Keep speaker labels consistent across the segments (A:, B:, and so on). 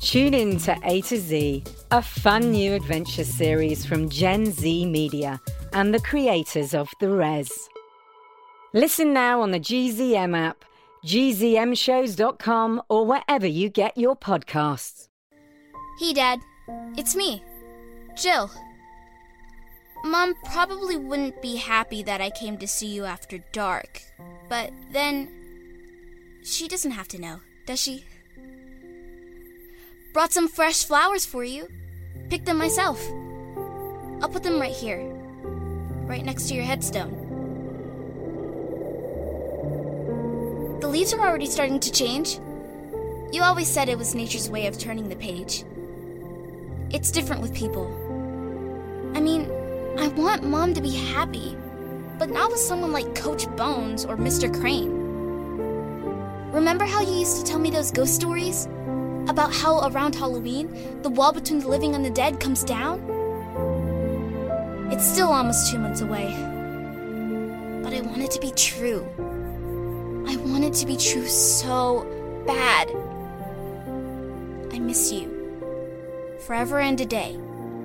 A: Tune in to A to Z, a fun new adventure series from Gen Z Media and the creators of The Res. Listen now on the GZM app, gzmshows.com, or wherever you get your podcasts.
B: Hey, Dad. It's me, Jill. Mom probably wouldn't be happy that I came to see you after dark, but then. She doesn't have to know, does she? Brought some fresh flowers for you. Picked them myself. I'll put them right here, right next to your headstone. The leaves are already starting to change. You always said it was nature's way of turning the page. It's different with people. I mean, I want mom to be happy, but not with someone like Coach Bones or Mr. Crane. Remember how you used to tell me those ghost stories? About how around Halloween, the wall between the living and the dead comes down? It's still almost two months away. But I want it to be true. I want it to be true so bad. I miss you. Forever and a day.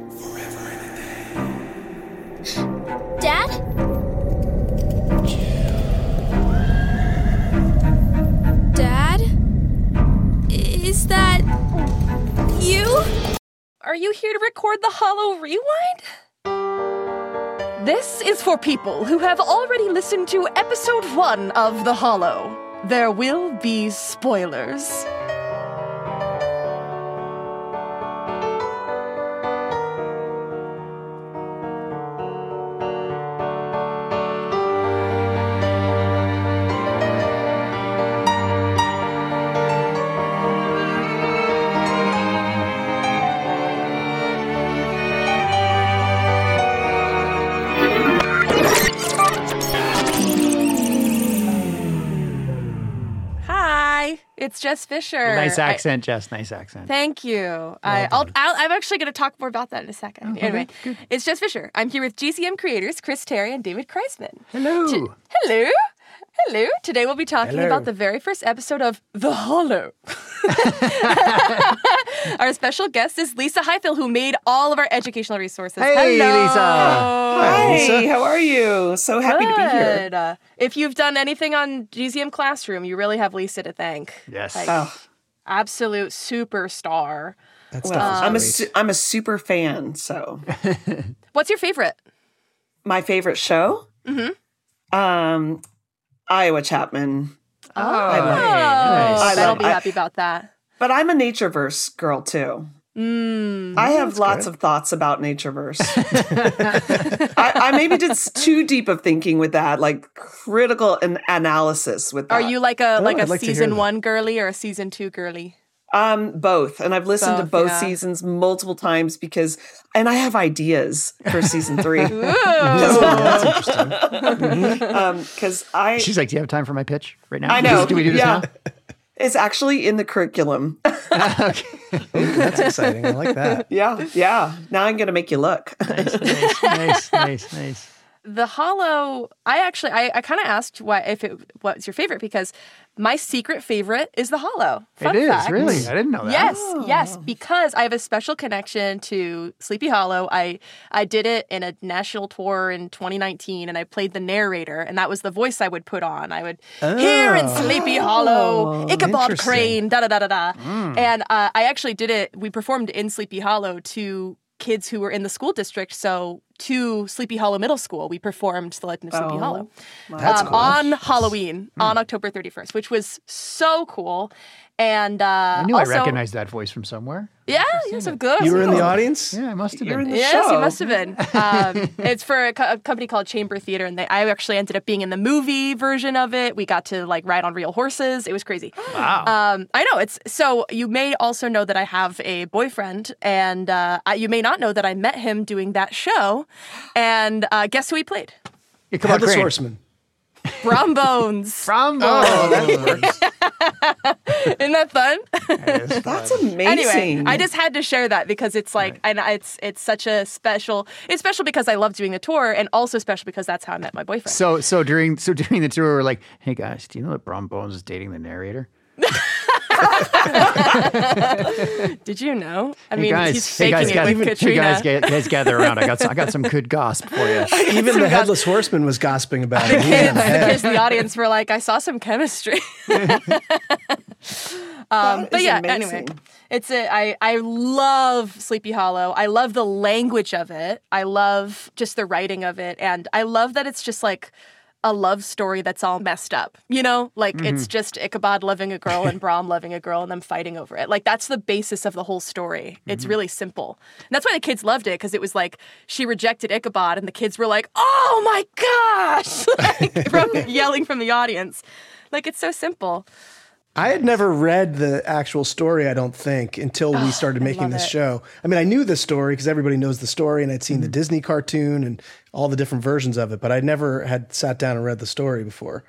B: Forever and a day. Dad? Dad? Is that you?
C: Are you here to record the Hollow Rewind? This is for people who have already listened to episode one of The Hollow. There will be spoilers. Hi, it's Jess Fisher.
D: Nice
C: I-
D: accent, Jess. Nice accent.
C: Thank you. I, I'll, I'll, I'm actually going to talk more about that in a
D: Oh,
C: second. anyway, it's Jess Fisher. I'm here with GCM creators Chris Terry and David Kreisman.
D: Hello.
C: Hello. Hello. Today we'll be talking
D: Hello.
C: about the very first episode of The Hollow. Our special guest is Lisa Heifel, who made all of our educational resources.
D: Hey,
C: Hello.
D: Lisa. Hi,
E: Hey, how are you? So happy to be here.
C: Good. Uh, if you've done anything on GZM Classroom, you really have Lisa to thank.
D: Yes.
E: Oh.
C: Absolute superstar.
E: That stuff I'm a su- I'm a super fan. So
C: What's your favorite? Mm-hmm.
E: my favorite show, um, Iowa Chapman.
C: Oh,
D: nice.
E: I
C: I'll
E: love-
C: be
E: I-
C: happy about that.
E: But I'm a natureverse girl too.
C: Mm. Mm-hmm.
E: I have lots of thoughts about natureverse. I, I maybe did s- too deep of thinking with that, like critical an- analysis with that.
C: Are you like a like
D: Oh,
C: a
F: Oh, I'd like to hear
C: season
F: that.
C: one girly or a season two girly?
E: Um, both, and I've listened to
C: Both,
E: both
C: yeah.
E: seasons multiple times because, and I have ideas for season three
D: That's
F: Oh,
D: interesting.
E: because Um, I
D: She's like, "Do you have time for my pitch right now?
E: I know.
D: Do we do this
E: yeah. It's actually in the curriculum.
F: That's exciting. I like that.
E: yeah, yeah. Now I'm gonna make you look.
D: now?" nice, nice, nice.
C: The Hollow. I actually, I, I kind of asked why if it what's your favorite because my secret favorite is The Hollow. Fun
D: it is
C: fact.
D: really. I didn't know that.
C: Yes, Oh. yes, because I have a special connection to Sleepy Hollow. I I did it in a national tour in 2019, and I played the narrator, and that was the voice I would put on. I would here
D: Oh.
C: in Sleepy Hollow, Ichabod
F: interesting.
C: Crane, da da da da da.
D: Mm.
C: And uh, I actually did it. We performed in Sleepy Hollow to kids who were in the school district. So to Sleepy Hollow Middle School, we performed the Legend of Sleepy Hollow
F: Oh, That's
C: um,
F: cool.
D: Hmm.
C: on Halloween on October 31st, which was so cool. And uh,
D: I knew
C: also,
D: I recognized that voice from somewhere.
C: Yeah, yes, of course.
F: You were in the audience?
D: Yeah, I must have
E: You're in
D: been.
E: the
C: Yes,
E: show.
C: you must have been. Um, it's for a, co- a company called Chamber Theater, and they, I actually ended up being in the movie version of it. We got to like ride on real horses. It was crazy.
D: Wow.
C: Um, I know it's so. You may also know that I have a boyfriend, and uh, I, you may not know that I met him doing that show. And uh, guess who he played?
D: Yeah, come on,
F: Headless
D: Crane.
F: Horseman.
C: Brombones. Oh,
D: Brombo.
C: Isn't that fun?
E: That's amazing.
C: anyway, I just had to share that because it's like, and it's it's such a special. It's special because I love doing the tour, and also special because that's how I met my boyfriend.
D: So so during so during the tour, we're like, hey guys, do you know that Brom Bones is dating the narrator?
C: Did you know? I
D: Hey
C: mean,
D: guys,
C: he's
D: hey
C: faking
D: guys,
C: it
D: guys,
C: with
D: hey
C: Katrina.
D: guys, ga- guys, gather around. I got some, I got some good gossip for you.
F: Even the Headless Horseman was gossiping about it. He was in
C: Kids,
F: the
C: the
F: head.
C: kids in the audience were like, "I saw some chemistry." um,
E: That
C: but
E: is
C: yeah,
E: amazing.
C: anyway, it's a, I I love Sleepy Hollow. I love the language of it. I love just the writing of it, and I love that it's just like a love story that's all messed up. You know, like
E: Mm-hmm.
C: it's just Ichabod loving a girl and Brahm loving a girl and them fighting over it. Like that's the basis of the whole story. It's really simple, and that's why the kids loved it because it was like she rejected Ichabod, and the kids were like, "Oh my gosh!" like from yelling from the audience. Like it's so simple.
F: I had never read the actual story, I don't think, until we started making
C: love
F: this
C: it.
F: show. I mean, I knew the story because everybody knows the story, and I'd seen the
C: Mm-hmm.
F: Disney cartoon and all the different versions of it, but I never had sat down and read the story before.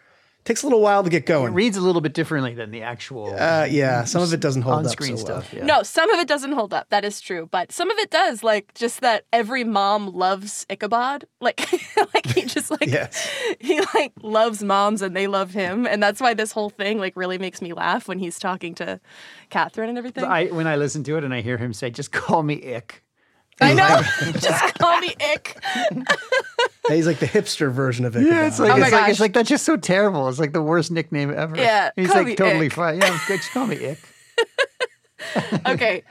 F: takes a little while to get
D: It
F: going.
D: reads a little bit differently than the actual
F: uh, yeah, some of it doesn't hold up so
D: on-screen
F: well.
D: stuff. Yeah.
C: No, some of it doesn't hold up. That is true, but some of it does. Like just that every mom loves Ichabod. Like, like he just like
F: Yes.
C: he like loves moms and they love him, and that's why this whole thing like really makes me laugh when he's talking to Catherine and everything. I,
D: I, when I listen to it and I hear him say, "Just call me Ick."
C: know. just call me Ick.
F: Yeah, He's like the hipster version of it.
D: Yeah, it's like,
C: Oh my
D: it's, like
C: gosh.
D: it's like that's just so terrible. It's like the worst nickname ever.
C: Yeah,
D: he's
C: call
D: like
C: me
D: totally
C: Ick.
D: fine. Yeah, just call me Ick.
C: Okay.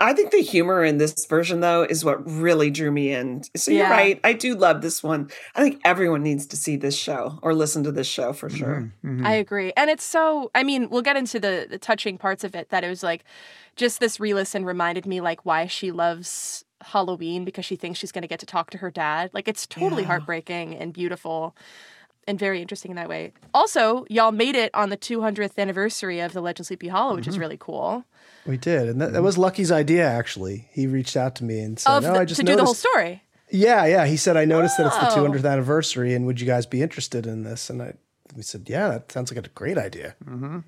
E: I think the humor in this version, though, is what really drew me in. So you're
C: Yeah.
E: right. I do love this one. I think everyone needs to see this show or listen to this show for sure.
C: I agree. And it's so, I mean, we'll get into the, the touching parts of it that it was like just this re listen reminded me like why she loves Halloween because she thinks she's going to get to talk to her dad. Like it's totally heartbreaking and beautiful and very interesting in that way. Also, y'all made it on the 200th anniversary of The Legend of Sleepy Hollow, which is really cool.
F: We did, and
D: Mm-hmm.
F: that, that was Lucky's idea. Actually, he reached out to me and said,
C: of
F: "No,
C: the,
F: I just
C: to do
F: noticed."
C: the whole story.
F: Yeah, yeah. He said, "I noticed that it's the
C: Oh.
F: 200th anniversary, and would you guys be interested in this?" And I, we said, "Yeah, that sounds like a great idea."
C: Mm-hmm.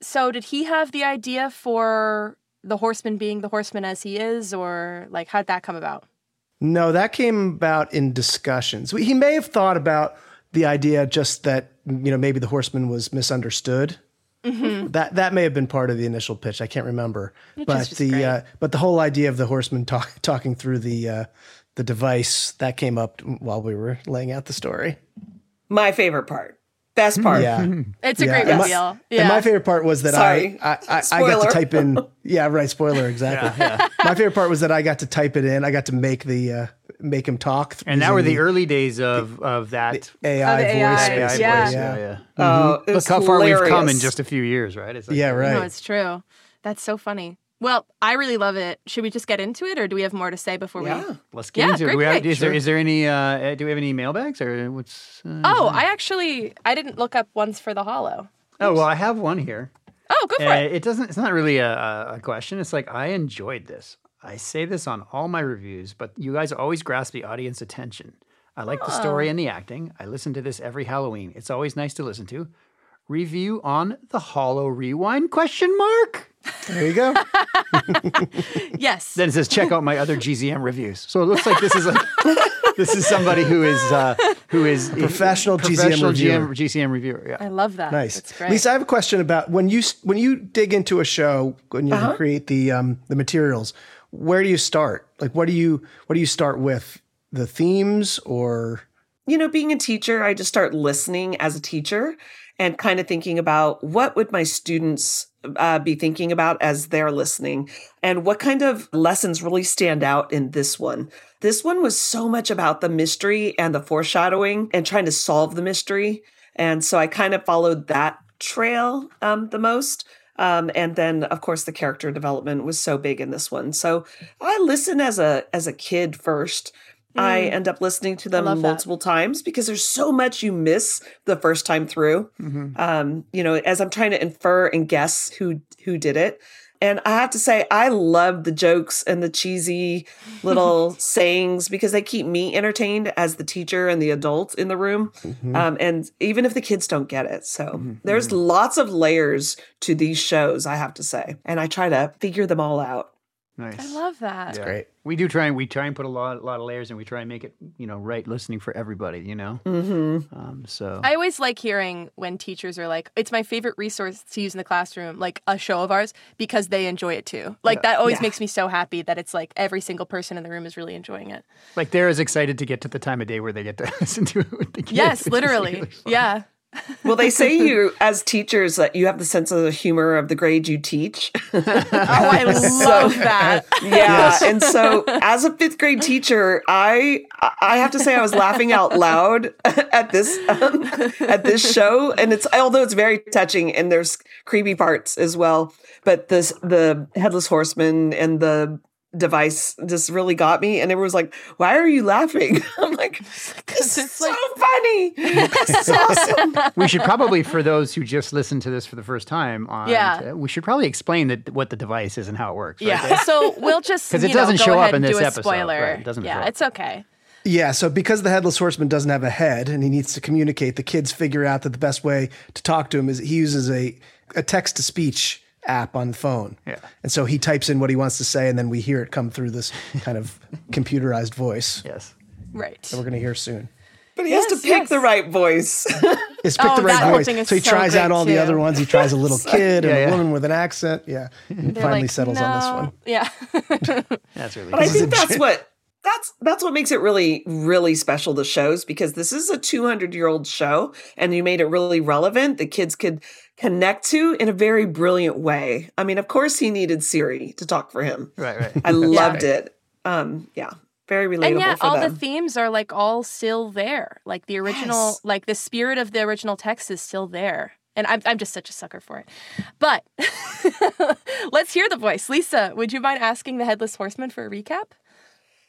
C: So, did he have the idea for the horseman being the horseman as he is, or like how'd that come about?
F: No, that came about in discussions. He may have thought about the idea just that you know maybe the horseman was misunderstood. That that may have been part of the initial pitch. I can't remember, but
C: Mm-hmm. just
F: the
C: great.
F: uh, but the whole idea of the horseman talk, talking through the uh, the device that came up while we were laying out the story.
E: My favorite part, best part.
F: Hmm, Yeah.
C: It's a
F: Yeah,
C: great
F: and my-
C: reveal. Yeah.
F: And my favorite part was that I
E: Sorry.
F: I, I, I got
E: Spoiler.
F: to type in yeah right spoiler exactly. my favorite part was that I got to type it in. I got to make the uh, make him talk. th-
D: And now we're
F: using
D: the early days of of that
F: AI
C: Oh, the
F: voice.
C: AI,
F: basically,
C: yeah.
F: yeah.
E: Oh, it was
D: Look how far we've come in
E: hilarious.
D: just a few years, Mm-hmm. right? It's
F: Yeah, right.
C: No, it's true. That's so funny. Well, I really love it. Should we just get into it, or do we have more to say before
E: Yeah.
C: we? Oh,
D: Let's get
C: Yeah,
D: into it.
C: great
D: Do we have,
C: point.
D: is there
C: Sure.
D: is there any uh, uh, do we have any mailbags or what's? Uh,
C: Oh,
E: Mm-hmm.
C: I actually I didn't look up ones for the Hollow.
D: oh well, I have one here.
C: Oh, go for
D: Uh,
C: it.
D: it doesn't. It's not really a- a, a question. It's like I enjoyed this. I say this on all my reviews, but you guys always grasp the audience attention. I like the story and the acting. I listen to this every Halloween. It's always nice to listen to. Review on the Hollow Rewind question mark.
F: There you go.
C: Yes.
D: Then it says check out my other GZM reviews. So it looks like this is like this is somebody who is uh, who is
F: professional GZM
D: professional
F: reviewer.
D: GM, GZM reviewer. Yeah.
C: I love that.
F: Nice,
C: That's great.
F: Lisa. I have a question about when you s- when you dig into a show when you
E: Uh-huh.
F: create the um, the materials. Where do you start? Like, what do you what do you start with? The themes or
E: you know, being a teacher, I just start listening as a teacher and kind of thinking about what would my students uh, be thinking about as they're listening and what kind of lessons really stand out in this one. This one was so much about the mystery and the foreshadowing and trying to solve the mystery. And so I kind of followed that trail um, the most. Um, and then, of course, the character development was so big in this one. So I listen as a as a kid first. I end up listening to them
C: love that.
E: multiple times because there's so much you miss the first time through. Um, you know, as I'm trying to infer and guess who who did it. And I have to say, I love the jokes and the cheesy little sayings because they keep me entertained as the teacher and the adult in the room. Um, and even if the kids don't get it. So there's lots of layers to these shows, I have to say. And I try to figure them all out.
D: Nice.
C: I love that.
D: Yeah.
F: Great.
D: We do try and we try and put a lot, lot of layers, and we try and make it, you know, right listening for everybody. You know, mm-hmm. um, so
C: I always like hearing when teachers are like, it's my favorite resource to use in the classroom, like a show of ours, because they enjoy it too. Like, that always makes me so happy that it's like every single person in the room is really enjoying it.
D: like they're as excited to get to the time of day where they get to listen to it with the kids.
C: Yes,
D: which is
C: literally.
D: really fun.
C: yeah.
E: Well, they say you, as teachers, that you have the sense of the humor of the grade you teach.
C: Oh, I love that.
E: Yeah, and so as a fifth grade teacher, I I have to say I was laughing out loud at this um, at this show, and it's although it's very touching and there's creepy parts as well. But this the headless horseman and the device just really got me, and everyone's like, "Why are you laughing?" I'm like, "This is so funny. This is awesome."
D: we should probably, for those who just listened to this for the first time, on,
C: Yeah.
D: uh, we should probably explain that what the device is and how it works. right?
C: Yeah. So we'll just
D: 'Cause it
C: you know,
D: doesn't
C: go
D: show up
C: ahead
D: in
C: and
D: this
C: do a
D: episode,
C: spoiler.
D: right, it doesn't show
C: yeah,
D: up.
C: it's okay.
F: Yeah, so because the headless horseman doesn't have a head and he needs to communicate, the kids figure out that the best way to talk to him is he uses a, a text to speech app on the phone.
D: Yeah.
F: And so he types in what he wants to say, and then we hear it come through this kind of computerized voice
D: Yes.
C: Right.
F: we're going to hear soon.
E: But he has
C: Yes,
E: to pick
C: yes.
E: the right voice.
F: It's pick
C: Oh,
F: the right
C: that whole
F: voice.
C: thing is
F: so he
C: so
F: tries out
C: great,
F: all the
C: too.
F: other ones. He tries a little kid and a
D: Yeah, yeah.
F: woman with an accent. Yeah. And
C: They're
F: finally
C: like,
F: settles on
C: "No."
F: this
C: Yeah.
D: That's really.
E: But I
D: Cool.
E: think that's what that's that's what makes it really really special to shows because this is a 200 year old show and you made it really relevant the kids could connect to in a very brilliant way. I mean, of course he needed Siri to talk for him.
D: Right. Right.
E: I loved it. Um yeah, very relatable
C: and yeah,
E: for
C: all
E: them.
C: the themes are like all still there. Like the original,
E: Yes.
C: like the spirit of the original text is still there. And I'm, I'm just such a sucker for it. But let's hear the voice. Lisa, would you mind asking the Headless Horseman for a recap?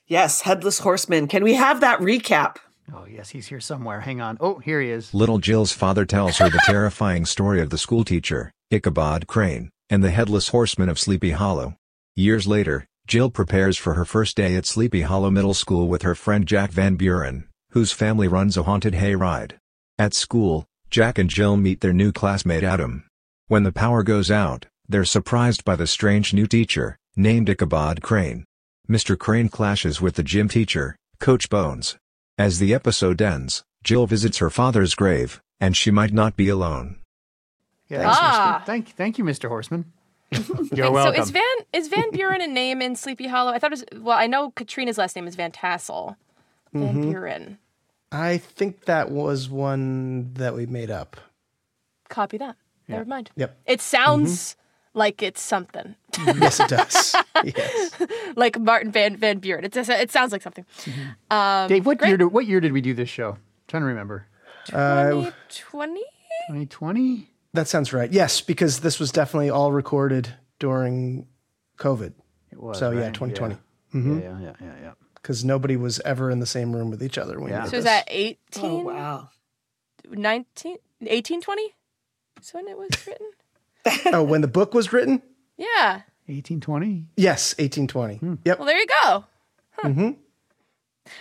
E: yes, headless horseman. Can we have that recap?
D: Oh yes, he's here somewhere. Hang on. Oh, here he is.
G: Little Jill's father tells her the terrifying story of the schoolteacher, Ichabod Crane, and the headless horseman of Sleepy Hollow. Years later, Jill prepares for her first day at Sleepy Hollow Middle School with her friend Jack Van Buren, whose family runs a haunted hayride. At school, Jack and Jill meet their new classmate Adam. When the power goes out, they're surprised by the strange new teacher, named Ichabod Crane. Mr. Crane clashes with the gym teacher, Coach Bones. As the episode ends, Jill visits her father's grave, and she might not be alone.
D: Yeah,
F: Thanks,
C: Ah.
D: Mr. Thank, thank you, Mr. Horseman. You're
C: Wait,
D: welcome.
C: So is Van is Van Buren a name in Sleepy Hollow? I thought it was well, I know Katrina's last name is Van Tassel. Van
D: Mm-hmm.
F: one.
C: Buren.
F: Mm-hmm. I think that was one that we made up.
C: Copy that. Never mind.
F: Yep.
C: It sounds
D: Mm-hmm.
C: like it's something.
F: Yes, it does. yes.
C: like Martin Van Van Buren. It, it sounds like something.
D: Mm-hmm.
C: um,
D: Dave, what year, did, what year did we do this show? trying to remember. Uh,
C: 2020?
D: 2020?
F: That sounds right. Yes, because this was definitely all recorded during COVID.
D: It was.
F: So, yeah,
D: right?
F: 2020.
D: Yeah. yeah, yeah, yeah, yeah.
F: because nobody was ever in the same room with each other. When
D: Yeah.
F: yeah.
C: So is that 18,
E: Oh wow.
C: 19, 1820? Is when it was written?
F: oh, when the book was written?
C: yeah.
D: 1820?
F: Yes, 1820.
D: Hmm.
F: Yep.
C: Well, there you go. Huh.
D: Mm-hmm.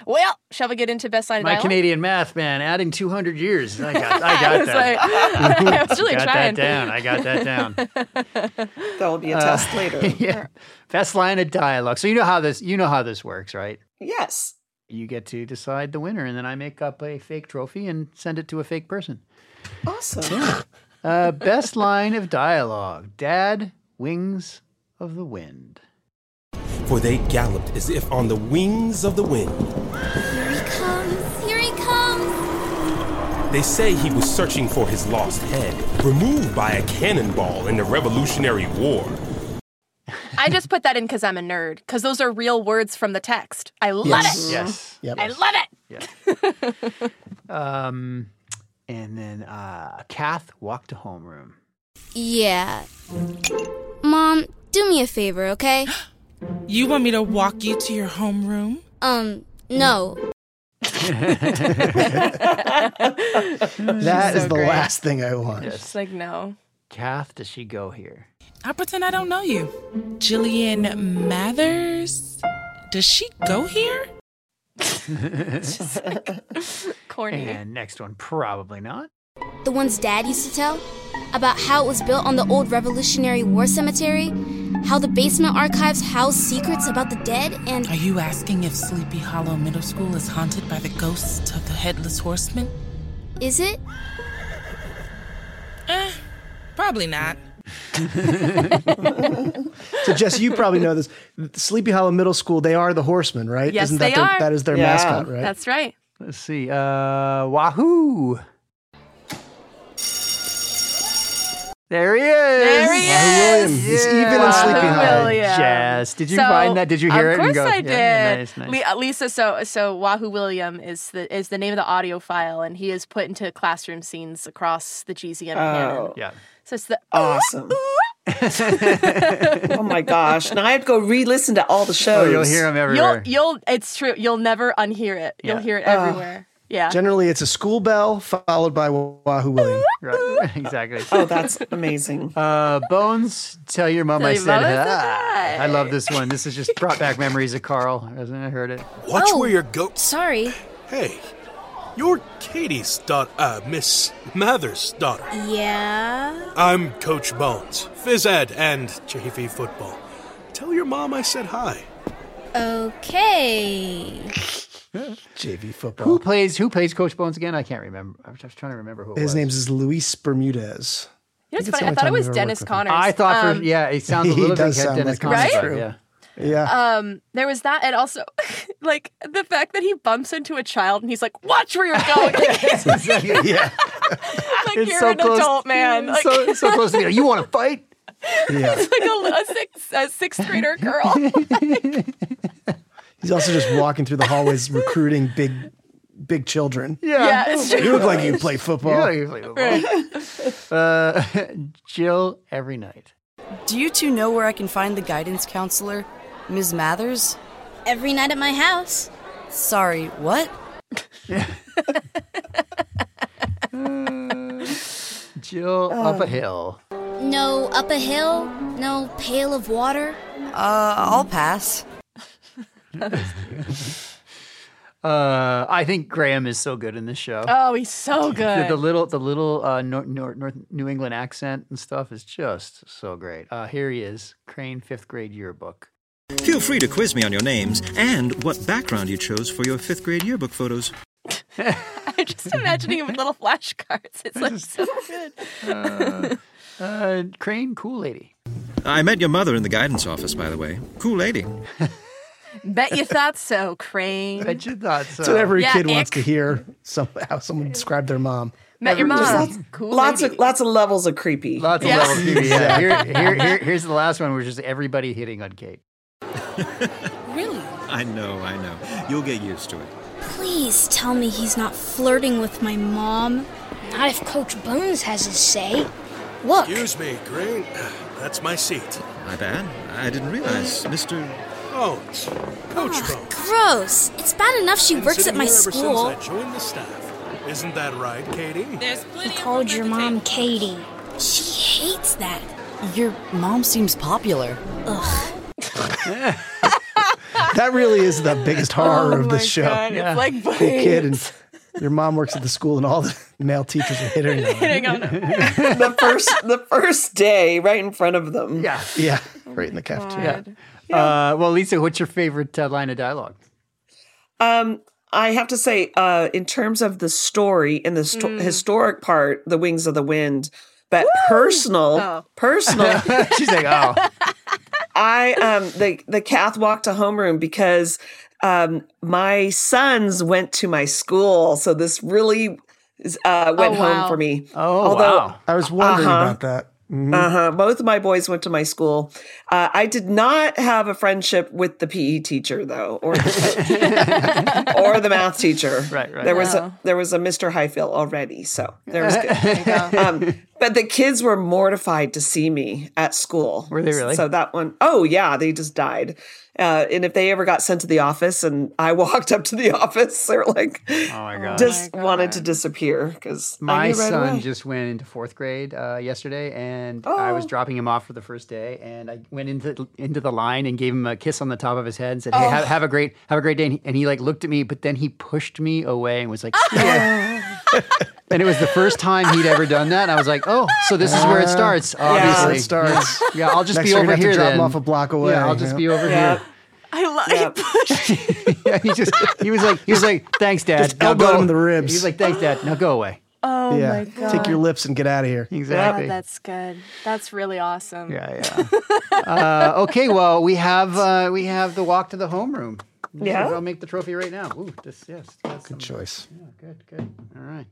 C: Well, shall we get into best line of
D: My
C: dialogue?
D: Canadian math man, adding 200 years. I got, I got
C: It's like-
D: that.
C: I was really
D: got
C: trying.
D: that down. I got that down.
E: That will be a test later.
D: Uh, yeah. Best line of dialogue. So you know how this you know how this works, right?
E: Yes.
D: You get to decide the winner, and then I make up a fake trophy and send it to a fake person.
E: Awesome.
D: Uh, best line of dialogue: Dad, wings of the wind.
H: for they galloped as if on the wings of the wind.
B: Here he comes! Here he comes!
H: They say he was searching for his lost head, removed by a cannonball in the Revolutionary War.
C: I just put that in because I'm a nerd, because those are real words from the text. I love it.
D: Yes.
F: Yep.
C: I love it.
D: Um, and then uh, Kath walked to homeroom.
B: Yeah. Mom, do me a favor, okay?
I: You want me to walk you to your homeroom?
B: Um, no.
F: That is
C: so
F: the
C: great.
F: last thing I want.
C: It's like, no.
D: Kath, does she go here?
I: I'll pretend I don't know you. Jillian Mathers? Does she go here?
C: Corny.
D: And next one, probably not.
B: The ones Dad used to tell? About how it was built on the old Revolutionary War cemetery, how the basement archives house secrets about the dead, and
I: Are you asking if Sleepy Hollow Middle School is haunted by the ghosts of the Headless Horseman?
B: is it?
I: Eh, probably not.
F: So Jess, you probably know this. Sleepy Hollow Middle School, they are the horsemen, right?
C: Yes,
F: Isn't that
C: they
F: their
C: are.
F: that is their
E: Yeah.
F: mascot, right?
C: That's right.
D: Let's see. Uh, Wahoo! There he is.
C: There he
F: Wahoo
C: is.
F: Williams. He's even in
C: Wahoo
F: Sleepy Hollow.
C: Williams.
D: Jess, did you
C: So,
D: find that? Did you hear it?
C: Of
D: and go,
C: course I
D: "Yeah,
C: did.
D: yeah, nice, nice."
C: Le- uh, Lisa, so so Wahoo William is the is the name of the audio file, and he is put into classroom scenes across the GZM canon.
E: Oh,
D: yeah.
C: So it's the
E: awesome. oh my gosh. Now I have to go re listen to all the
D: Oh,
E: shows.
D: you'll hear him everywhere.
C: You'll you'll it's true. You'll never unhear it.
D: Yeah.
C: You'll hear it everywhere. Yeah.
F: Generally, it's a school bell followed by Wahoo Williams.
C: uh,
D: Right. exactly.
E: Oh, that's amazing.
D: Uh, Bones, tell your mom
C: Tell
D: I
C: your
D: said
C: mom I said
D: hi.
C: hi.
D: I love this one. This has just brought back memories of Carl. Hasn't I heard it?
H: Watch
B: Oh.
H: where your goats.
B: Sorry.
H: Hey, you're Katie's daughter, uh, Miss Mather's daughter.
B: Yeah?
H: I'm Coach Bones, phys ed and JV football. Tell your mom I said hi.
B: Okay.
F: JV
D: Who
F: football.
D: plays Who plays Coach Bones again? I can't remember. I was just trying to remember who it
F: His
D: was.
F: name is Luis Bermudez.
C: You know,
F: I think it's
C: it's
F: the
C: funny. I
F: only
C: thought
F: time
C: it
F: I've
C: was
F: ever
C: Dennis
F: worked with him.
C: Connors.
D: I thought for
C: Um,
D: yeah, it sounds a
F: He
D: little bit
F: does
D: like
F: sound
D: Dennis
F: like Dennis Connors.
D: Connors, Yeah.
F: Yeah.
C: um, there was that, and also like the fact that he bumps into a child, and he's like, "Watch where you're going." Like, he's like,
F: yeah.
C: you're an adult man. Like,
D: so, so close to me. You want to fight?
F: Yeah.
C: like a, a, sixth, a sixth grader girl.
F: He's also just walking through the hallways recruiting big big children.
C: yeah, it's true.
F: You look like you play football.
D: Yeah, you play football. Uh, Jill every night.
J: Do you two know where I can find the guidance counselor? Ms. Mathers?
B: Every night at my house.
J: Sorry, what?
D: Jill up a hill.
B: No up a hill, no pail of water.
J: Uh, I'll pass.
D: Uh, I think Graham is so good in this show.
C: Oh, he's so
D: The,
C: good.
D: the little, the little uh, North, North, North New England accent and stuff is just so great. Uh, here he is, Crane, fifth grade yearbook.
K: Feel free to quiz me on your names and what background you chose for your fifth grade yearbook photos.
C: I'm just imagining him with little flashcards. It's like so good.
D: Uh, Crane, cool lady.
K: I met your mother in the guidance office, by the way. Cool lady.
C: Bet you thought so, Crane.
D: Bet you thought so.
F: That's what every
C: Yeah,
F: kid wants
C: ick.
F: to hear some, how someone describe their mom.
C: Met your mom.
E: There's lots,
C: cool.
E: lots
C: lady.
E: of lots of levels of creepy.
D: Lots
C: Yeah.
D: of levels. Yeah. Here, here, here, here's the last one, which is everybody hitting on Kate.
J: Really?
K: I know, I know. You'll get used to it.
B: Please tell me he's not flirting with my mom. Not if Coach Bones has his say. Look,
H: Excuse me, Green. That's my seat.
K: My bad. I didn't realize, Mr.
H: Oh, it's Coach Bones.
B: gross. It's bad enough she
H: Been
B: works
H: sitting
B: at my
H: here ever since
B: school.
H: I joined the staff. Isn't that right, Katie?
I: There's plenty
B: I called your mom Katie. She hates that.
J: Your mom seems popular.
F: That really is the biggest horror of this show.
C: Oh God,
D: Yeah.
C: It's like
F: Big kid
C: buddy.
F: and your mom works at the school and all the male teachers are hitting on her.
C: Hang on.
E: the first the first day right in front of them.
D: Yeah.
F: Yeah, right in the cafeteria.
D: Yeah. Uh, well, Lisa, what's your favorite uh, line of dialogue?
E: Um, I have to say, uh, in terms of the story in the sto- historic part, the Wings of the Wind, but personal,
C: Oh.
E: personal.
D: She's like, oh,
E: I um the the Cath walk to homeroom because um my sons went to my school, so this really is- uh went
C: Oh,
E: home
C: wow.
E: for me.
D: oh,
E: Although-
D: wow.
F: I was wondering
E: Uh-huh.
F: about that.
D: Mm-hmm.
F: Mhm.
E: Uh huh. Both of my boys went to my school. Uh, I did not have a friendship with the PE teacher though, or or the math teacher.
D: Right, right.
E: There was
C: No.
E: a, there was a Mr. Highfield already, so there was good. um, But the kids were mortified to see me at school.
D: Were they really?
E: So that one, oh yeah, they just died. Uh, and if they ever got sent to the office and I walked up to the office, they're like,
D: Oh my god.
E: just wanted to disappear because
D: My son just went into fourth grade uh, yesterday, and I
E: Oh.
D: was dropping him off for the first day, and I went into into the line and gave him a kiss on the top of his head, and said, "Hey,
E: Oh.
D: have, have a great have a great day." And he, and he like looked at me, but then he pushed me away and was
E: Oh.
D: like, and it was the first time he'd ever done that. And I was like, "Oh, so this is where
F: Ah,
D: it starts."
F: yeah.
D: Obviously,
F: It starts.
D: Yeah, Yeah, I'll just
F: Next
D: be
F: time you're
D: over
F: gonna have to
D: here.
F: drop him
D: then.
F: off a block away,
D: Yeah, I'll just
F: yeah.
D: be over
F: Yeah.
D: here.
C: I love
D: yeah, he just he was like he was like, "Thanks, Dad."
F: Just
D: Now
F: elbowed
D: go."
F: him in the ribs.
D: He was like, "Thanks, Dad." Now go away.
C: Oh
F: yeah.
C: my god.
F: Take your lips and get out of here.
D: Exactly.
C: God, that's good. That's really awesome.
D: Yeah, yeah. uh, okay, well, we have uh, we have the walk to the homeroom.
C: Yeah.
D: I'll make the trophy right now. Ooh, this yes.
F: Good choice.
D: Yeah, good, good. All right.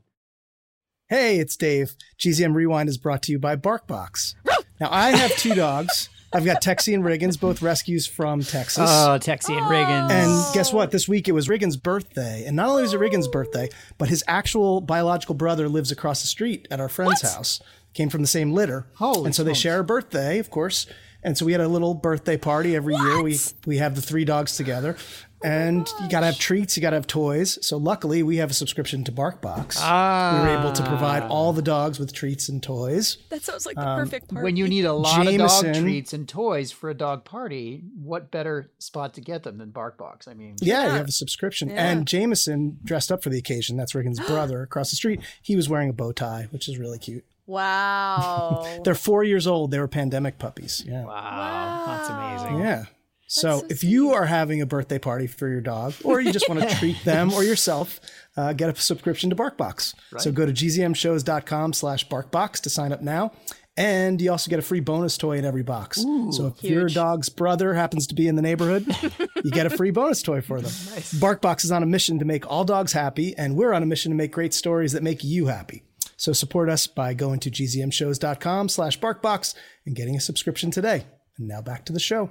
F: Hey, it's Dave. GZM Rewind is brought to you by BarkBox. Now, I have two dogs. I've got Texie and Riggins, both rescues from Texas.
D: Oh, Texie and Riggins.
F: And guess what? This week it was Riggins' birthday. And not only was it Riggins' birthday, but his actual biological brother lives across the street at our friend's house. Came from the same litter.
D: Holy
F: and so
D: smokes.
F: they share a birthday, of course. And so we had a little birthday party every year. We we have the three dogs together. And you gotta have treats, you gotta have toys. So luckily we have a subscription to BarkBox. We were able to provide
D: Ah.
F: all the dogs with treats and toys.
I: That sounds like
F: the Um, perfect
D: When you need a lot of dog
F: Jameson.
D: treats and toys for a dog party, what better spot to get them than BarkBox? I mean,
F: Yeah, you have a subscription.
D: Yeah.
F: And Jameson dressed up for the occasion. That's Reagan's brother across the street. He was wearing a bow tie, which is really cute.
D: Oh.
C: Wow.
F: They're four years old. They were pandemic puppies. Yeah.
D: Wow, that's amazing.
F: Yeah. So if you are having a birthday party for your dog, or you just want to treat them or yourself, uh, get a subscription to BarkBox. So
D: Right.
F: go to gzmshows.com slash BarkBox to sign up now. And you also get a free bonus toy in every box.
D: Ooh.
F: so if your dog's brother happens to be in the neighborhood, you get a free bonus toy for them. BarkBox is on a mission to make all dogs happy, and we're on a mission to make great stories that make you happy. So support us by going to gzmshows.com slash BarkBox and getting a subscription today. And now back to the show.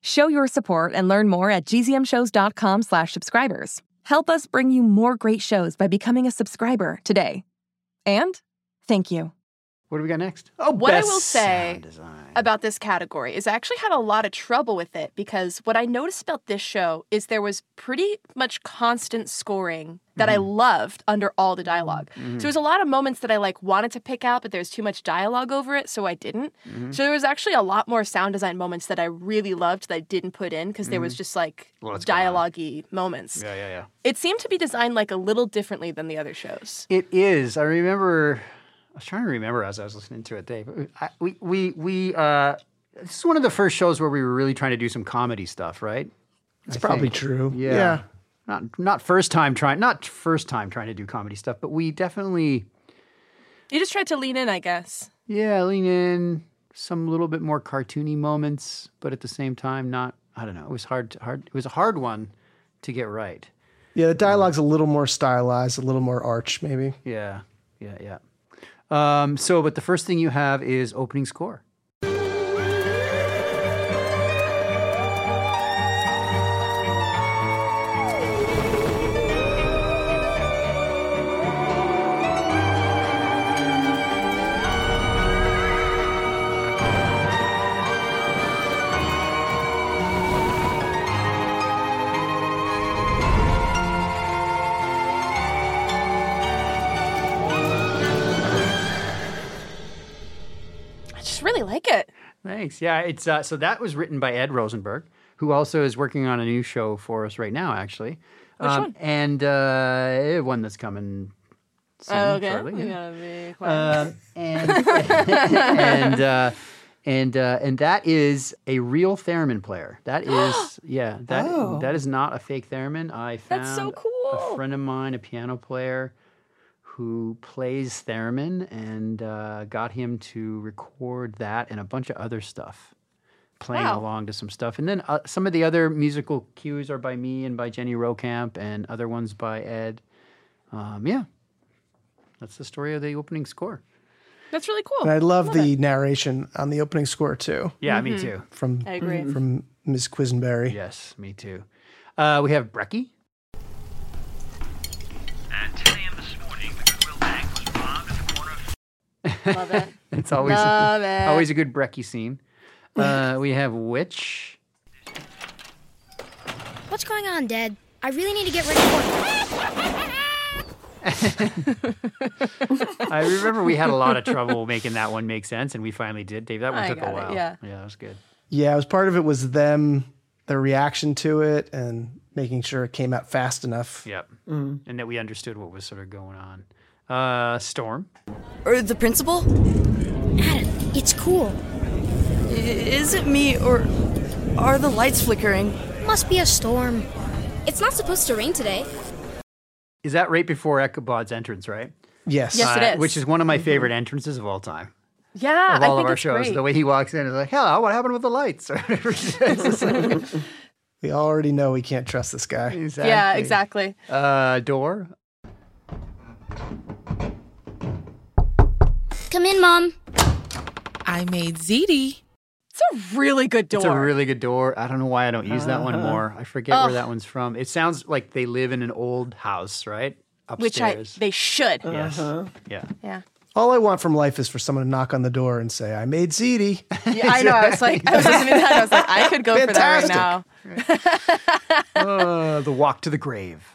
L: Show your support and learn more at gzmshows.com slash subscribers. Help us bring you more great shows by becoming a subscriber today. And thank you.
D: What do we got next?
C: Oh, what I
D: best
C: will say about this category is I actually had a lot of trouble with it because what I noticed about this show is there was pretty much constant scoring that I
D: Mm-hmm.
C: loved under all the dialog
L: Mhm.
C: So there's a lot of moments that I like wanted to pick out, but there's too much dialogue over it, so I didn't.
D: Mhm.
C: So there was actually a lot more sound design moments that I really loved that I didn't put in because there was
D: Mhm.
C: just like
D: Lots going on.
C: dialogue-y moments.
D: Yeah, yeah, yeah.
C: It seemed to be designed like a little differently than the other shows.
D: It is. I remember. I was trying to remember as I was listening to it, Dave. I, we we we. Uh, this is one of the first shows where we were really trying to do some comedy stuff, right? It's
F: probably true.
D: Yeah.
F: Yeah.
D: Not not first time trying. Not first time trying to do comedy stuff, but we definitely
C: You just tried to lean in, I guess.
D: yeah lean in some little bit more cartoony moments, but at the same time, not. I don't know. It was hard. to- Hard. It was a hard one to get right.
F: Yeah, the dialogue's a little more stylized, a little more arch, maybe.
D: Yeah. Yeah. Yeah. Um, so, but the first thing you have is opening score.
C: I just really like it.
D: Thanks. Yeah, it's uh, so that was written by Ed Rosenberg, who also is working on a new show for us right now, actually.
C: Which
D: um,
C: one?
D: And uh, one that's coming soon,
C: Oh, okay.
D: shortly.
C: We
D: yeah.
C: gotta be quiet.
D: Um, and and uh, and uh, and that is a real theremin player. That is yeah. That
C: Oh.
D: that is not a fake theremin. I found
C: That's so
D: a friend of mine, a piano player, who plays theremin and uh, got him to record that and a bunch of other stuff, playing
C: Wow.
D: along to some stuff. And then uh, some of the other musical cues are by me and by Jenny Rokamp, and other ones by Ed. Um, yeah, that's the story of the opening score.
C: That's really cool.
F: And I love, the
C: it. Mm-hmm.
F: narration on the opening score too.
D: Yeah, me Mhm. too.
F: From
C: I agree.
F: from Ms. Quisenberry.
D: Yes, me too. Uh, we have Brecky.
C: Love it.
D: It's always
C: Love it.
D: always a good Brecky scene. Uh, we have Witch.
M: What's going on, Dad? I really need to get ready for.
D: I remember we had a lot of trouble making that one make sense, and we finally did. Dave, that one
C: I
D: took
C: got
D: a
C: it,
D: while.
C: yeah.
D: yeah, that was good.
F: Yeah, it was part of it was them their reaction to it and making sure it came out fast enough.
D: Yep.
F: Mm.
D: And that we understood what was sort of going on. Uh, Storm.
J: Or the principal? Adam, it's cool. is it me or are the lights flickering?
M: Must be a storm.
B: It's not supposed to rain today.
D: Is that right before Ichabod's entrance, right? Uh,
F: Yes.
C: Yes, it is.
D: Which is one of my favorite entrances of all time.
C: Yeah,
D: of all
C: I think
D: of our
C: it's
D: shows.
C: great.
D: The way he walks in is like, hello, what happened with the lights? Or whatever he says. It's like-
F: We already know we can't trust this guy.
C: Yeah, exactly.
D: Uh, door.
B: Come in, Mom.
I: I made ZD.
C: It's a really good door.
D: It's a really good door. I don't know why I don't use that one
C: Uh-huh.
D: more. I forget
C: Ugh.
D: where that one's from. It sounds like they live in an old house, right?
C: which I
D: Upstairs.
C: they should.
D: Yes. Yeah.
C: Yeah.
F: All I want from life is for someone to knock on the door and say, I made ZD.
C: Yeah, I know. I was like, I was listening to that. I was like, I could go for
F: Fantastic.
C: that right now.
D: uh, the walk to the grave.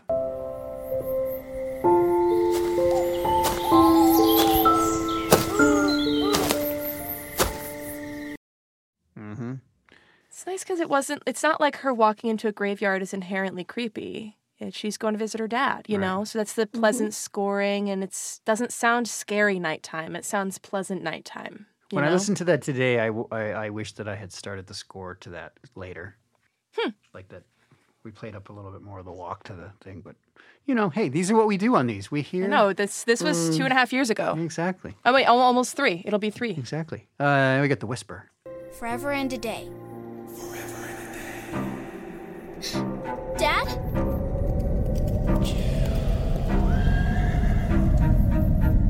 D: Mm-hmm.
C: It's nice because it wasn't. It's not like her walking into a graveyard is inherently creepy. It, she's going to visit her dad, you
D: Right.
C: know. So that's the pleasant scoring, and it's doesn't sound scary nighttime. It sounds pleasant nighttime. You
D: When
C: know?
D: I listened to that today, I, w- I, I wish that I had started the score to that later.
C: Hmm.
D: Like that, we played up a little bit more of the walk to the thing, but you know, hey, these are what we do on these. We hear.
C: no, this this was
D: Mm.
C: two and a half years ago.
D: Exactly.
C: Oh wait, al- almost three. It'll be three.
D: Exactly. Uh, we got the whisper.
B: Forever and a day. Forever and a day. Dad?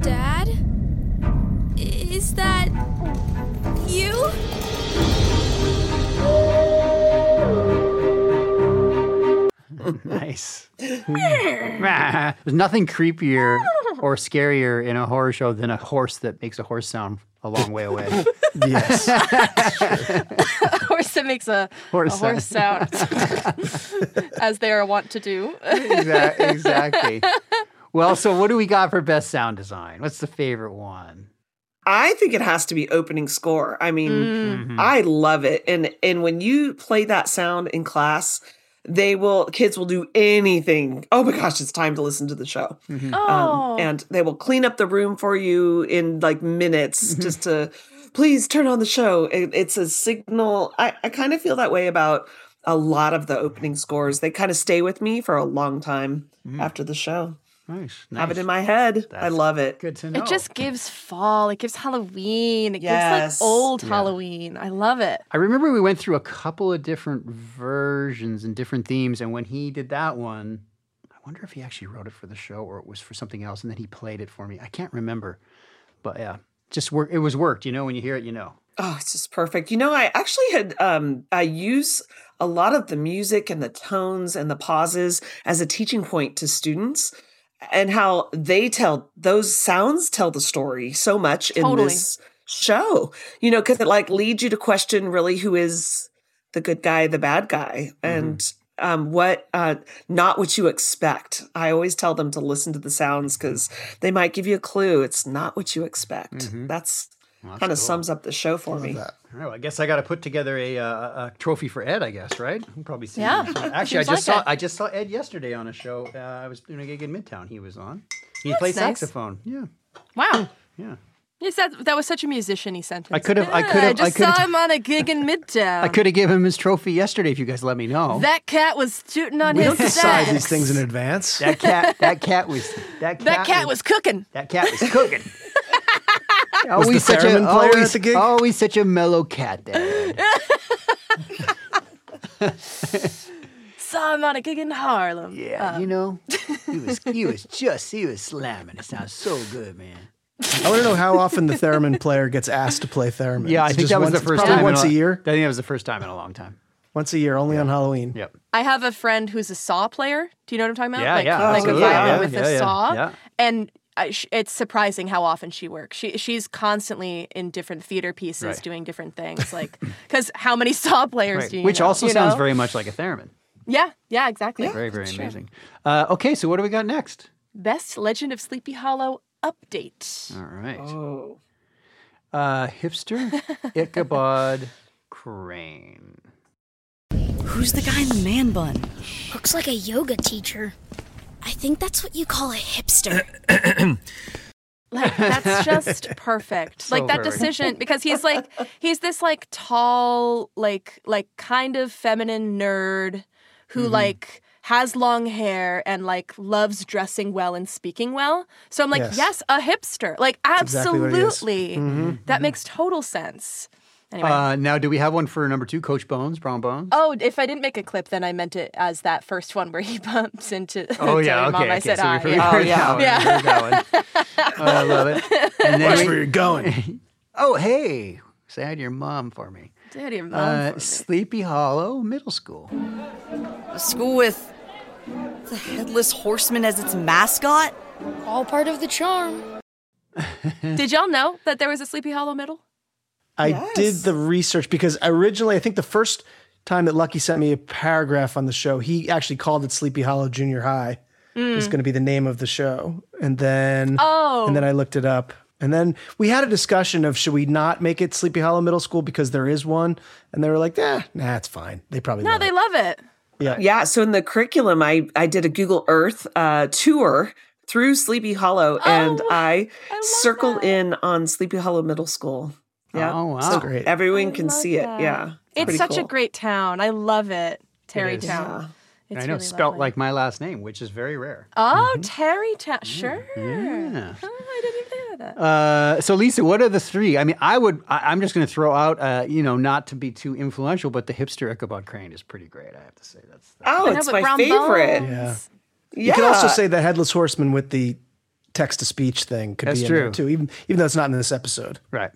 B: Dad? Is that you?
D: nice. There's nothing creepier or scarier in a horror show than a horse that makes a horse sound a long way away.
F: yes.
C: a horse that makes a
D: Horse
C: horse, a horse sound, as they are wont to do.
D: Exa- exactly. Well, so what do we got for best sound design? What's the favorite one?
E: I think it has to be opening score. I mean,
D: Mm.
E: I love it. And and when you play that sound in class, they will kids will do anything. Oh my gosh, it's time to listen to the show.
D: Mm-hmm.
E: Um,
C: Oh.
E: Mm-hmm. and they will clean up the room for you in like minutes
D: Mm-hmm.
E: just to please turn on the show. It, it's a signal. I, I kind of feel that way about a lot of the opening scores. They kind of stay with me for a long time after the show.
D: Mm. Nice.
E: Have it
D: nice.
E: in my head. I love it.
D: Good to know.
C: It just gives fall. It gives Halloween. It gives
E: Yes.
C: like old
D: Yeah.
C: Halloween. I love it.
D: I remember we went through a couple of different versions and different themes, and when he did that one, I wonder if he actually wrote it for the show or it was for something else, and then he played it for me. I can't remember, but yeah, just work. It was worked. You know, when you hear it, you know.
E: Oh, it's just perfect. You know, I actually had um I use a lot of the music and the tones and the pauses as a teaching point to students and how they tell those sounds tell the story so much in
C: Totally.
E: this show. You know, cuz it like leads you to question really who is the good guy, the bad guy
D: Mm-hmm.
E: and um what uh not what you expect. I always tell them to listen to the sounds cuz they might give you a clue. It's not what you expect.
D: Mm-hmm.
E: That's
D: Well, that's
E: kind of
D: cool.
E: sums up the show for me.
D: All right, well, I guess I got to put together a, uh, a trophy for Ed. I guess right. We'll probably see.
C: Yeah,
D: him soon. Actually, I
C: seems
D: just
C: like
D: saw
C: it.
D: I just saw Ed yesterday on a show. Uh, I was doing a gig in Midtown. He was on. He
C: That's
D: played
C: nice.
D: saxophone. Yeah,
C: Wow.
D: yeah.
C: Yes, that, that was such a musician-y sentence.
D: I could have- I
C: Yeah,
D: could have- I
C: just
D: could have-
C: saw him on a gig in Midtown.
D: I could have given him his trophy yesterday if you guys let me know.
C: That cat was shooting on
D: We
C: his
D: don't decide
C: stack.
D: these
F: things in advance.
D: That cat. That cat was. That cat,
C: That cat was cooking.
D: That cat was cooking. always
F: the
D: such
F: theremin
D: a
F: player at
D: always,
F: the gig?
D: always such a mellow cat. There.
C: Saw him on a gig in Harlem. Oh.
D: Yeah, you know, he was he was just he was slamming. It sounds so good, man.
F: I want to know how often the theremin player gets asked to play theremin.
D: Yeah, I
F: It's
D: think
F: just
D: that was
F: once-
D: the first
F: probably
D: time.
F: Once
D: in
F: a year.
D: I think that was the first time in a long time.
F: Once a year, only on Halloween.
D: Yep.
C: I have a friend who's a saw player. Do you know what I'm talking about?
D: Yeah,
C: like,
D: yeah,
C: like a
D: absolutely.
C: violin
D: Yeah,
C: with
D: yeah,
C: a
D: yeah,
C: saw.
D: yeah.
C: And I, sh- it's surprising how often she works. She she's constantly in different theater pieces
D: Right.
C: doing different things, like because how many saw players
D: Right.
C: do you
D: Which
C: know,
D: also
C: you
D: sounds
C: know?
D: very much like a theremin.
C: yeah yeah exactly
D: very very
C: That's true.
D: amazing. Uh, okay, so what do we got next?
C: Best Legend of Sleepy Hollow update.
D: All right. Oh. Uh, hipster Ichabod Crane.
M: Who's the guy in the man bun? Looks like a yoga teacher. I think that's what you call a hipster.
C: Like that's just perfect.
M: So
C: like that
M: perfect.
C: decision because he's like he's this like tall like like kind of feminine nerd who
D: Mm-hmm.
M: Mhm.
C: like has long hair and like loves dressing well and speaking well. So I'm like, yes,
M: Yes.
C: a hipster. Like
D: That's exactly what it is.
C: absolutely.
D: Mhm.
C: That makes total sense. Anyway.
D: Uh, now, do we have one for number two, Coach Bones, Brown Bones?
C: Oh, if I didn't make a clip, then I meant it as that first one where he bumps into.
D: Oh,
C: to
D: yeah,
C: your
D: okay,
C: Mom, I
D: okay,
C: said
D: so we've
C: hi.
D: heard- we've heard that one, we've
C: yeah.
D: heard that one. Oh, I love it. And
F: Watch
D: we-
F: where you're going.
D: oh, hey, say hi to your mom for me.
C: Say hi to your mom
D: Uh,
C: for me.
D: Sleepy Hollow Middle School.
J: A school with the headless horseman as its mascot?
M: All part of the charm.
C: Did y'all know that there was a Sleepy Hollow middle?
F: I did the research because originally, I think the first time that Lucky sent me a paragraph on the show, he actually called it Sleepy Hollow Junior High.
C: Mm.
F: Is going to be the name of the show, and then
C: Oh.
F: and then I looked it up, and then we had a discussion of should we not make it Sleepy Hollow Middle School because there is one, and they were like, nah, nah, it's fine. They probably
C: No, they love it.
F: Yeah.
E: Yeah. So in the curriculum, I, I did a Google Earth uh, tour through Sleepy Hollow and
C: Oh,
E: I, circled in on Sleepy Hollow Middle School. Yeah.
D: Oh, wow.
E: So
D: That's great.
E: everyone can see it. Yeah.
C: It's
D: Pretty
C: such a
D: cool.
C: great town. I love it. Terrytown.
D: And
C: It's
D: I know
C: really
D: it's spelt like my last name, which is very rare.
C: Oh, Terrytown.
D: Mm.
C: Sure.
D: Yeah.
C: Oh, I didn't even think of that.
D: Uh, so Lisa, what are the three? I mean, I would. I, I'm just going to throw out. Uh, you know, not to be too influential, but the hipster Ichabod Crane is pretty great. I have to say that's.
E: Oh,
C: I know,
E: it's
C: but
E: my
C: Brown
E: favorite.
C: Bones.
F: Yeah. You could also
E: Yeah.
F: say the headless horseman with the text to speech thing could
D: That's
F: be in
D: true.
F: there too, even even though it's not in this episode.
D: Right.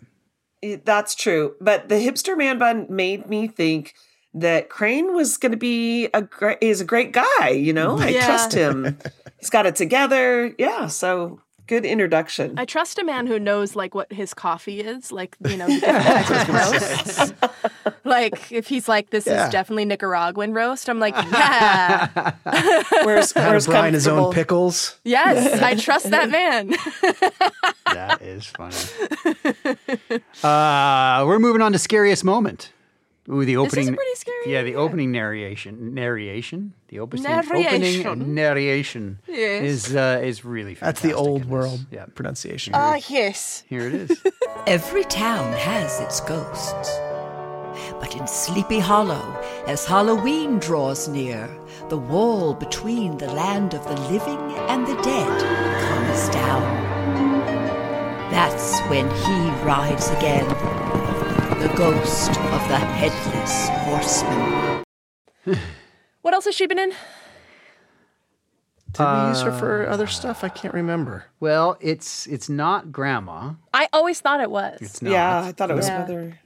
E: It- That's true. But the hipster man bun made me think that Crane was going to be a great is a great guy, you know? I
C: Yeah.
E: trust him. He's got it together. Yeah, so good introduction.
C: I trust a man who knows like what his coffee is, like you know, the different types of roasts. Like if he's like, this
F: Yeah.
C: is definitely Nicaraguan roast. I'm like, yeah,
E: Where's
F: How to
E: where's
F: brine his own
E: comfortable?
F: pickles.
C: yes, I trust that man.
D: that is funny. Uh, we're moving on to scariest moment. Ooh, the
C: This is
D: opening.
C: pretty scary,
D: Yeah, the opening narration, narration, the opening, opening
C: Narration.
D: and narration
C: Yes.
D: is uh, is really.
F: That's the old world pronunciation.
C: Ah,
D: Uh,
C: yes.
D: Here it is.
N: Every town has its ghosts. But in Sleepy Hollow, as Halloween draws near, the wall between the land of the living and the dead comes down. That's when he rides again, the ghost of the headless horseman.
C: What else has she been in?
F: Did we use her for other stuff? I can't remember.
D: Uh, Well, it's it's not grandma.
C: I always thought it was.
D: It's not.
C: Yeah.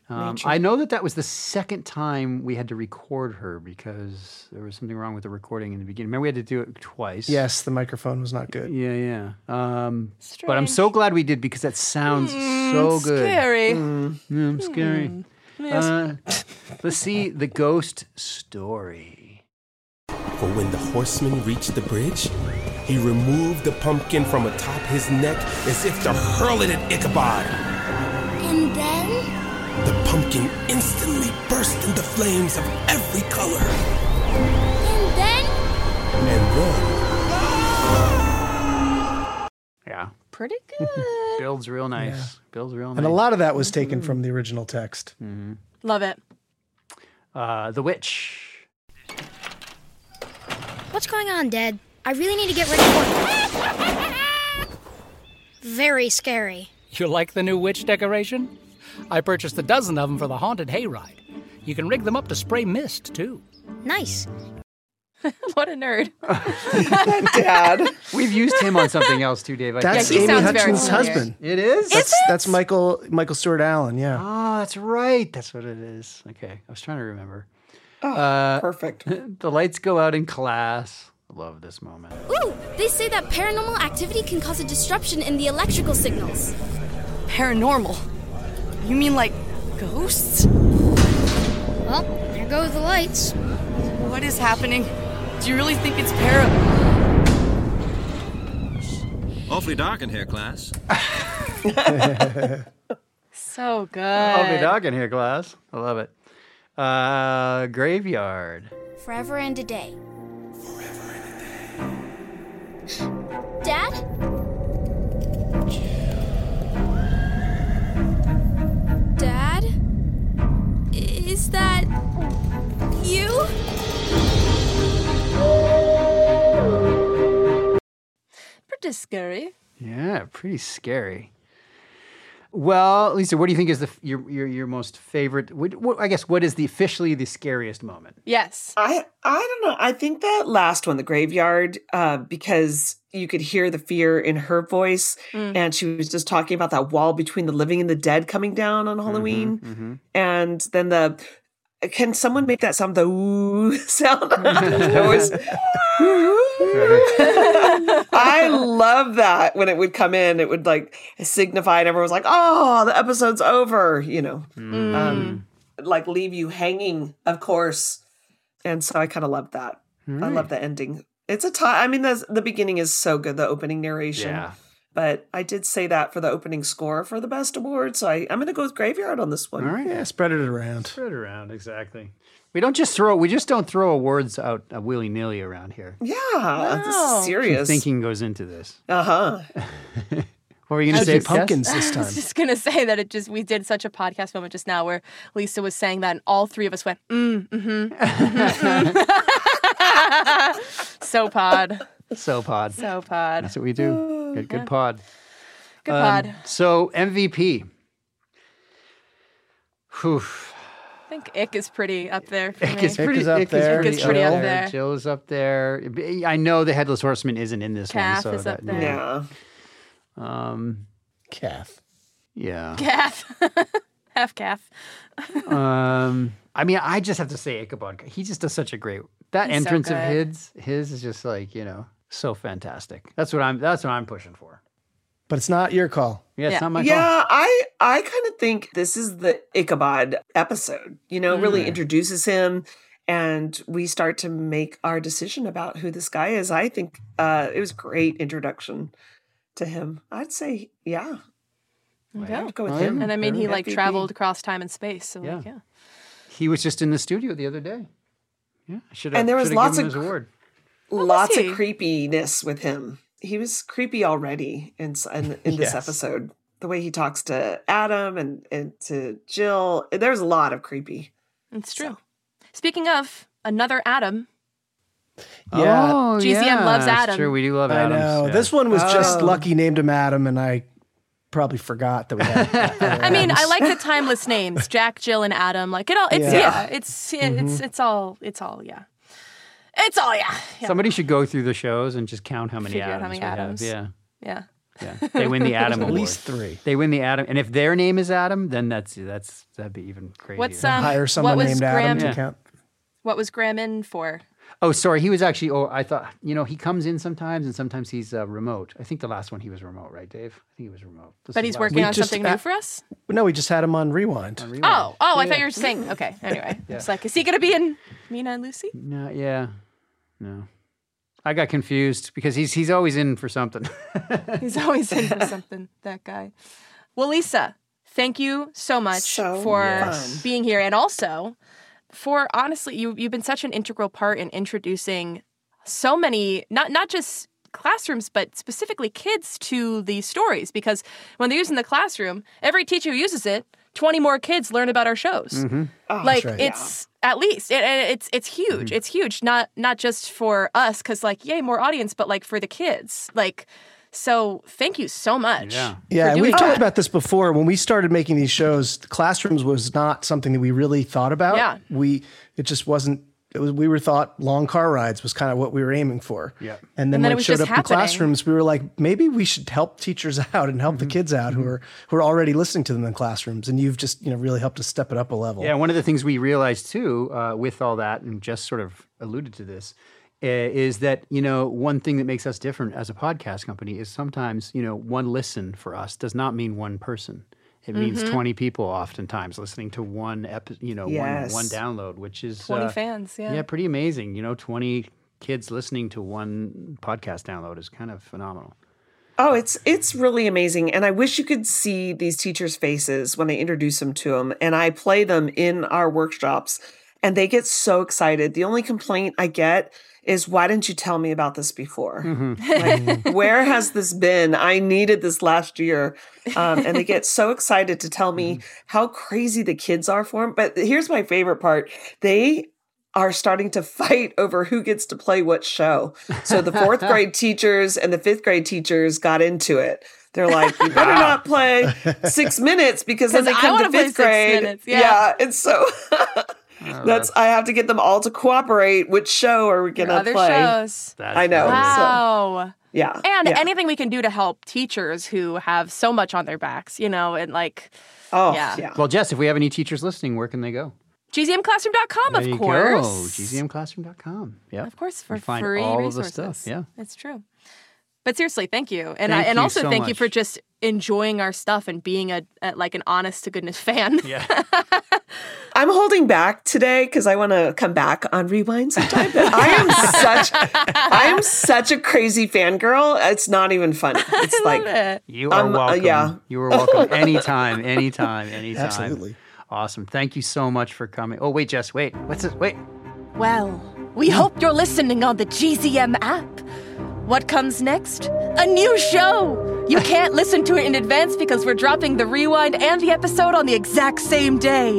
D: Um,
C: nature.
D: I know that that was the second time we had to record her because there was something wrong with the recording in the beginning. Remember, we had to do it twice.
F: Yes, the microphone was not good.
D: Yeah, yeah. Um, but I'm so glad we did because that sounds
F: Mm,
D: so good.
F: scary. Hmm.
D: Mm, mm, scary.
F: yes.
D: Uh, let's see the ghost story.
H: For when the horseman reached the bridge, he removed the pumpkin from atop his neck as if to hurl it at Ichabod.
M: And then?
H: The pumpkin instantly burst into flames of every color.
M: And then?
H: And then.
D: Yeah.
C: pretty good.
D: Builds real nice. Builds real nice.
F: And a lot of that was taken from the original text.
D: Mm-hmm.
C: Love it.
D: Uh, the Witch.
M: What's going on, Dad? I really need to get ready for Very scary.
O: You like the new witch decoration? I purchased a dozen of them for the haunted hayride. You can rig them up to spray mist, too.
M: Nice.
C: what a nerd.
D: Dad. We've used him on something else too, Dave. I
F: That's
D: think.
F: Amy Hutchins' husband.
D: Oh, It is?
F: That's, that's Michael Michael Stewart Allen. Yeah.
D: Oh, that's right. That's what it is. Okay. I was trying to remember.
F: Oh,
D: uh,
E: perfect.
D: The lights go out in class. Love this moment.
B: Ooh, they say that paranormal activity can cause a disruption in the electrical signals.
J: Paranormal? You mean like ghosts?
M: Well, there go the lights.
J: What is happening? Do you really think it's para?
K: Awfully dark in here, class.
C: So good.
D: I'll be dogging here, class. I love it. Uh, graveyard.
B: Forever and a day. Forever and a day. Dad? Dad? Is that you?
C: Pretty scary.
D: Yeah, pretty scary. Well, Lisa, what do you think is the f- your your, your most favorite? What, what, I guess what is the officially the scariest moment?
C: Yes.
E: I I don't know. I think that last one, the graveyard, uh, because you could hear the fear in her voice,
C: Mm.
E: and she was just talking about that wall between the living and the dead coming down on Halloween,
D: Mm-hmm.
E: and then the. uh, Can someone make that sound the ooh sound? I always- I love that when it would come in, it would like signify, and everyone was like, "Oh, the episode's over," you know,
C: Mm.
E: um, like leave you hanging, of course. And so I kind of love that. I love the ending. It's a tie. I mean, the the beginning is so good, the opening narration.
D: Yeah.
E: But I did say that for the opening score for the best award, so I, I'm going to go with Graveyard on this one.
D: All right.
F: Yeah, spread it around.
D: Spread around exactly. We don't just throw we just don't throw awards out uh, willy nilly around here.
E: Yeah, this
C: No.
E: is serious.
D: Some thinking goes into this.
E: Uh huh.
D: What were you going to
F: Should
D: say?
F: be pumpkins
D: Cass?
F: this
C: I was just gonna say that it just we did such a podcast moment just now where Lisa was saying that and all three of us went mm mm-hmm, mm-hmm. so pod
D: so pod.
C: so pod
D: That's what we do. Good, good pod.
C: Good
D: Um,
C: pod.
D: So MVP. Whew.
C: I think Ick is pretty up there for
D: Ick
C: me.
D: is pretty
F: up
D: Ick is
F: there.
C: Ick is pretty up there.
D: Jill is up there. B- I know the headless horseman isn't in this one,
C: Calf
D: so
C: is up
D: that,
C: there.
E: Yeah.
D: Um,
F: Kath.
D: yeah.
C: Calf. Half calf.
D: um, I mean, I just have to say Ichabod. He just does such a great that
C: He's so
D: entrance of
C: good.
D: his. His is just like you know so fantastic. That's what I'm. That's what I'm pushing for.
F: But it's not your call.
D: Yeah, it's not my call.
E: yeah, I I kind of think this is the Ichabod episode. You know, it really
D: Mm.
E: introduces him, and we start to make our decision about who this guy is. I think uh, it was a great introduction to him. I'd say, yeah,
C: Yeah.
E: I'd go with
D: Oh,
E: him. E
C: And I mean he like
E: MVP.
C: traveled across time and space. So like, yeah.
D: He was just in the studio the other day. Yeah, should
E: And there was lots
D: him
E: of
D: his award.
E: lots
C: he?
E: of creepiness with him. He was creepy already in s- in, in this
F: Yes.
E: episode. The way he talks to Adam and, and to Jill, there's a lot of creepy.
C: It's true. Speaking of another Adam,
F: Yeah.
D: Oh,
C: GZM
D: yeah,
C: loves
D: that's
C: Adam.
D: True, we do love Uh,
F: I
D: Adam.
F: know. This one was just
E: Oh.
F: lucky named him Adam, and I probably forgot that we had.
C: I mean, I like the timeless names, Jack, Jill, and Adam. Like it all. It's yeah.
F: Yeah.
C: it's it's it's all it's all yeah. It's all yeah. Yeah.
D: Somebody should go through the shows and just count how many
C: Figure
D: Adams
C: out how many
D: we
C: Adams.
D: have.
C: yeah.
D: Yeah, yeah. They win the Adam
F: At
D: award.
F: least three.
D: They win the Adam, and if their name is Adam, then that's that's that'd be even crazier.
C: What's um?
F: Hire someone
C: what was
F: named
C: Graham,
F: Adam to
D: Yeah.
F: count.
C: What was Graham in for?
D: oh, sorry, he was actually. Oh, I thought you know he comes in sometimes, and sometimes he's uh, remote. I think the last one he was remote, right, Dave? I think he was remote. This
C: But
D: is
C: he's
D: last
C: working
D: week.
C: on
F: just
C: something new
F: a-
C: for us.
F: No, we just had him on rewind.
D: Unreal.
C: Oh, oh, I thought you were saying okay. Anyway, it's like, is he gonna be in Mina and Lucy?
D: No, yeah, no. I got confused because he's he's always in for something.
C: He's always in for something. That guy. Well, Lisa, thank you so much
E: So
C: for
E: Yes. fun.
C: being here, and also for honestly, you you've been such an integral part in introducing so many not not just classrooms, but specifically kids to these stories because when they're used in the classroom, every teacher who uses it, 20 more kids learn about our shows.
D: Mhm. Oh,
C: like
D: that's right.
C: it's at least it, it- it's it's huge.
D: Mm-hmm.
C: It's huge not not just for us cuz like yay more audience but like for the kids. Like so thank you so much. Yeah.
F: Yeah, and we've
C: doing
F: talked
C: that.
F: about this before. When we started making these shows, the classrooms was not something that we really thought about.
C: Yeah.
F: we it just wasn't. It was we were thought long car rides was kind of what we were aiming for. Yeah, and then
C: And then
F: when
C: it
F: it,
C: was
F: showed
C: just
F: up in
C: happening.
F: classrooms, we were like, maybe we should help teachers out and
D: Mm-hmm.
F: help the kids out who are who are already listening to them in classrooms. And you've just you know really helped us step it up a level.
D: Yeah, one of the things we realized too uh, with all that, and just sort of alluded to this, i- is that you know one thing that makes us different as a podcast company is sometimes you know one listen for us does not mean one person. It means
C: Mhm.
D: twenty people oftentimes listening to one epi- you know
C: Yes.
D: one one download, which is
C: 20 fans, yeah.
D: yeah, pretty amazing. You know, twenty kids listening to one podcast download is kind of phenomenal.
E: Oh, it's it's really amazing, and I wish you could see these teachers' faces when I introduce them to them, and I play them in our workshops, and they get so excited. The only complaint I get is, "Why didn't you tell me about this before? Like, where has this been? I needed this last year," um, and they get so excited to tell me
C: Mm.
E: how crazy the kids are for them. But here's my favorite part: they are starting to fight over who gets to play what show. So the fourth grade teachers and the fifth grade teachers got into it. They're like, you better not play six minutes because then
C: 'Cause
E: they
C: I
E: come
C: wanna
E: to
C: play
E: fifth
C: six
E: grade.
C: minutes, yeah. Oh,
E: and so that's I have to get them all to cooperate. Which show are we gonna
C: Other
E: play?
C: shows.
E: I know. so-
C: Wow.
E: yeah.
C: And
E: yeah.
C: anything we can do to help teachers who have so much on their backs, you know, and like,
D: Oh,
C: Oh, yeah.
D: Well, Jess, if we have any teachers listening, where can they go?
C: GZMClassroom.com,
D: There
C: Um, of
D: you go,
C: course.
D: GZMClassroom.com. Yeah,
C: Of course, for
D: You find
C: free
D: all of the
C: resources.
D: stuff, yeah.
C: It's true. But seriously, thank you.
D: Thank
C: And I, and
D: you
C: also
D: so
C: thank you
D: much.
C: for just enjoying our stuff and being a, a like an honest to goodness fan.
D: Yeah.
E: I'm holding back today because I want to come back on Rewind sometime. But I am such, I am such a crazy fangirl. It's not even funny. It's like
D: You are
E: um, uh,
D: welcome.
E: yeah.
D: You are welcome anytime, anytime, anytime.
F: Absolutely.
D: Awesome. Thank you so much for coming. Oh, wait, Jess, wait. What's this? Wait.
C: Well, we hope you're listening on the GZM app. What comes next? A new show! You can't listen to it in advance because we're dropping the rewind and the episode on the exact same day.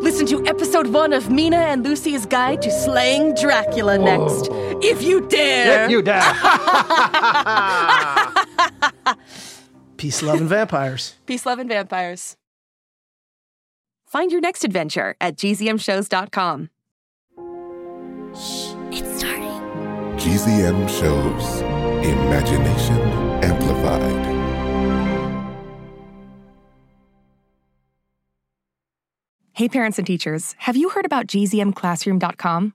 C: Listen to episode one of Mina and Lucy's Guide to Slaying Dracula next. If you dare!
D: If you dare.
F: Peace, love, and vampires.
C: Peace, love, and vampires.
L: Find your next adventure at gzmshows.com.
M: It's starting.
P: GZM shows Imagination Amplified.
L: Hey, parents and teachers, have you heard about gzmclassroom.com?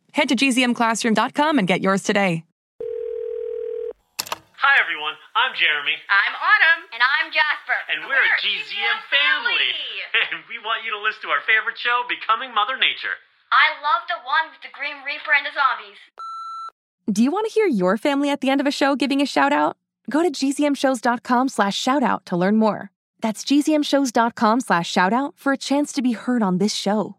L: Head to gzmclassroom.com and get yours today.
Q: Hi, everyone. I'm Jeremy. I'm Autumn. And I'm Jasper. And we're, a GZM, family. and we want you to listen to our favorite show, Becoming Mother Nature.
R: I love the one with the Grim Reaper and the zombies.
L: Do you want to hear your family at the end of a show giving a shout out? Go to gzmshows.com slash shout out to learn more. That's gzmshows.com slash shout out for a chance to be heard on this show.